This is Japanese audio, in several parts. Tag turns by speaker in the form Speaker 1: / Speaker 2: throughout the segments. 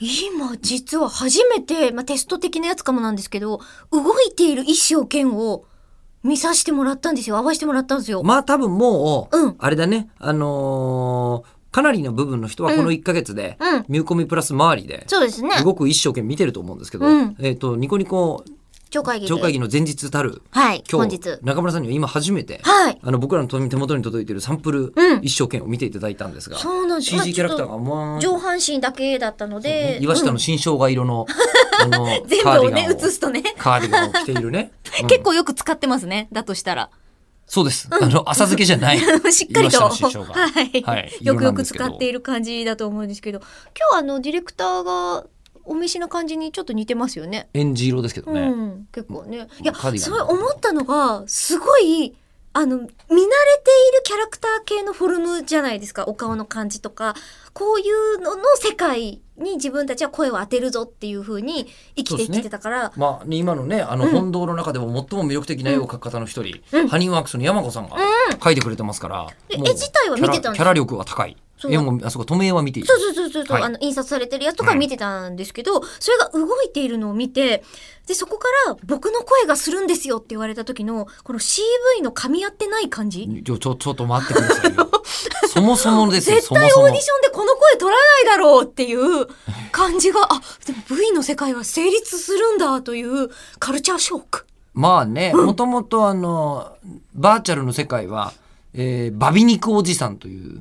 Speaker 1: 今実は初めて、まあ、テスト的なやつかもなんですけど動いている意思を剣を見させてもらったんですよ合わせてもらったんですよ。
Speaker 2: まあ多分もう、
Speaker 1: うん
Speaker 2: あれだね、あのーかなりの部分の人はこの1ヶ月で、
Speaker 1: うん
Speaker 2: 見込みプラス周りで、
Speaker 1: そうですね
Speaker 2: すごく一生懸命見てると思うんですけど、
Speaker 1: うん
Speaker 2: えっ、と、ニコニコ
Speaker 1: 超会議で
Speaker 2: 超会議の前日たる、
Speaker 1: はい
Speaker 2: 今
Speaker 1: 本
Speaker 2: 日
Speaker 1: 日、
Speaker 2: 中村さんには今初めて、
Speaker 1: はい
Speaker 2: あの、僕らの手元に届いているサンプル、
Speaker 1: うん
Speaker 2: 一生懸命を見ていただいたんですが、
Speaker 1: そうなんですまあ
Speaker 2: CG キャラクター
Speaker 1: ちょ
Speaker 2: がも
Speaker 1: っと
Speaker 2: う
Speaker 1: 上半身だけだったので、
Speaker 2: 岩下の新生姜 色の、あの、
Speaker 1: うん全部
Speaker 2: カーデ
Speaker 1: を
Speaker 2: ィガ
Speaker 1: ね
Speaker 2: ン
Speaker 1: 映すとね、
Speaker 2: カーディガンを着てい るね。うん
Speaker 1: 結構よく使ってますねだとしたら
Speaker 2: そうです。あの、浅漬けじ ゃない。
Speaker 1: しっかりと
Speaker 2: 岩下の師匠 が
Speaker 1: はい、
Speaker 2: はい
Speaker 1: よくよ
Speaker 2: 色なん
Speaker 1: く
Speaker 2: ですけ
Speaker 1: 使
Speaker 2: ど
Speaker 1: っている感じだと思うんですけど今日あのディレクターがお召しの感じにちょっと似てますよね。
Speaker 2: エンジ色ですけどね。
Speaker 1: うん、結構ね。いや、
Speaker 2: カーディガン
Speaker 1: それ思ったのが、すごい、あの、見慣れているキャラクター系のフォルムじゃないですか。お顔の感じとか、こういうのの世界に自分たちは声を当てるぞっていう風に生きてきてたから、
Speaker 2: まあ、ね今のね、あの、
Speaker 1: うん
Speaker 2: 本堂の中でも最も魅力的な絵を描く方の一人、
Speaker 1: うん
Speaker 2: ハニーワークスの山子さんが描いてくれてますから、
Speaker 1: で
Speaker 2: もう
Speaker 1: 絵自体は見てたんですよ
Speaker 2: キャラキャラ力は高い。
Speaker 1: そう
Speaker 2: 絵も、あそこ、透明は見ている。
Speaker 1: そうそうそうそうそう、
Speaker 2: はい
Speaker 1: あの印刷されてるやつとか見てたんですけど、それが動いているのを見てでそこから「僕の声がするんですよ」って言われた時のこの CV の噛み合ってない感じ
Speaker 2: ちょ、ちょ、ちょっと待ってくださ いよ。そもそもですよ、
Speaker 1: 絶
Speaker 2: そも
Speaker 1: 対オ
Speaker 2: そ
Speaker 1: ー
Speaker 2: も
Speaker 1: ディ。ションでこの声取らないだろうっていう感じが、あ、でも V の世界は成立するんだというカルチャーショック。
Speaker 2: まあね、もともとあの、バーチャルの世界は、えー、バビ肉おじさんという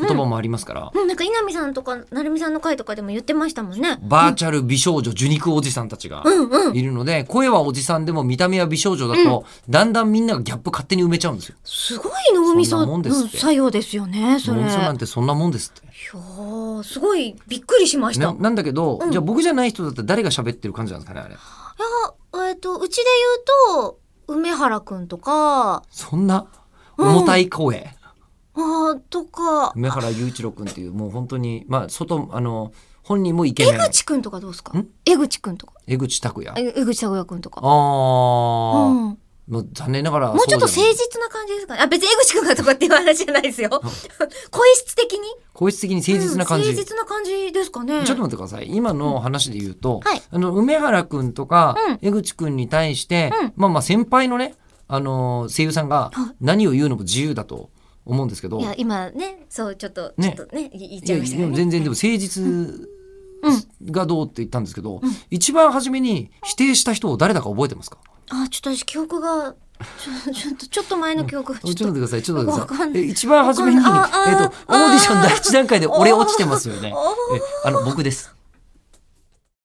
Speaker 2: 言葉もありますから、
Speaker 1: うん、なんか稲見さんとか成美さんの回とかでも言ってましたもんね。
Speaker 2: バーチャル美少女、受肉おじさんたちが
Speaker 1: うんうん。
Speaker 2: いるので、声はおじさんでも見た目は美少女だと、だんだんみんながギャップ勝手に埋めちゃうんですよ。
Speaker 1: すごい脳みそ
Speaker 2: そんなもん
Speaker 1: の
Speaker 2: ですって
Speaker 1: 作用ですよね、それ。い
Speaker 2: 脳みそな
Speaker 1: や
Speaker 2: んてそんなもんですっ。
Speaker 1: ーすごいびっくりしましてた。い
Speaker 2: ななんだけど、じゃあ僕じゃない人だったら誰が喋ってる感じなんですかね、あれ。
Speaker 1: や、えっ、と、うちで言うと、梅原くんとか、
Speaker 2: そんな重たい声。
Speaker 1: あーとか、
Speaker 2: 梅原雄一郎君っていう、もう本当に、まあ、外、あの、本人もイケメ
Speaker 1: 江
Speaker 2: ン。
Speaker 1: 口くんとかどうですか
Speaker 2: ん
Speaker 1: 江口くんとか、
Speaker 2: 江口拓也。
Speaker 1: え江口拓也くんとか。
Speaker 2: ああ、
Speaker 1: うん
Speaker 2: まあ、残念ながら
Speaker 1: もうちょっと
Speaker 2: そうじゃない
Speaker 1: 誠実な感じですかね。あ、別に江口くんがとかっていう話じゃないですよ。 声質的に。
Speaker 2: 個室的に誠実な感じ、
Speaker 1: うん誠実な感じですかね。
Speaker 2: ちょっと待ってください今の話で言うと、
Speaker 1: はい
Speaker 2: あの梅原くんとか、
Speaker 1: うん
Speaker 2: 江口くんに対して、
Speaker 1: うん
Speaker 2: まあまあ先輩のねあのー声優さんが
Speaker 1: はい
Speaker 2: 何を言うのも自由だと思うんですけど、
Speaker 1: いや、今ね、そう、ちょっと、
Speaker 2: ね
Speaker 1: ちょっとね、い言っ
Speaker 2: い
Speaker 1: ちゃ
Speaker 2: や
Speaker 1: いましたよ
Speaker 2: でも
Speaker 1: ね。
Speaker 2: 全然でも誠実がどうって言ったんですけど、一番初めに否定した人を誰だか覚えてますか
Speaker 1: あ、ちょっと私、記憶が、ちょちょっと、ちょっと前の記憶が、
Speaker 2: ちょっ
Speaker 1: ち
Speaker 2: と
Speaker 1: ょっと。
Speaker 2: 待ってくださいちょっと待ってく
Speaker 1: わか
Speaker 2: だ
Speaker 1: ん
Speaker 2: さ
Speaker 1: ない
Speaker 2: いえ一番初めにえっ
Speaker 1: わかんないあ
Speaker 2: と
Speaker 1: ー
Speaker 2: オーディション第一段階で俺落ちてますよね
Speaker 1: あー
Speaker 2: えあの僕です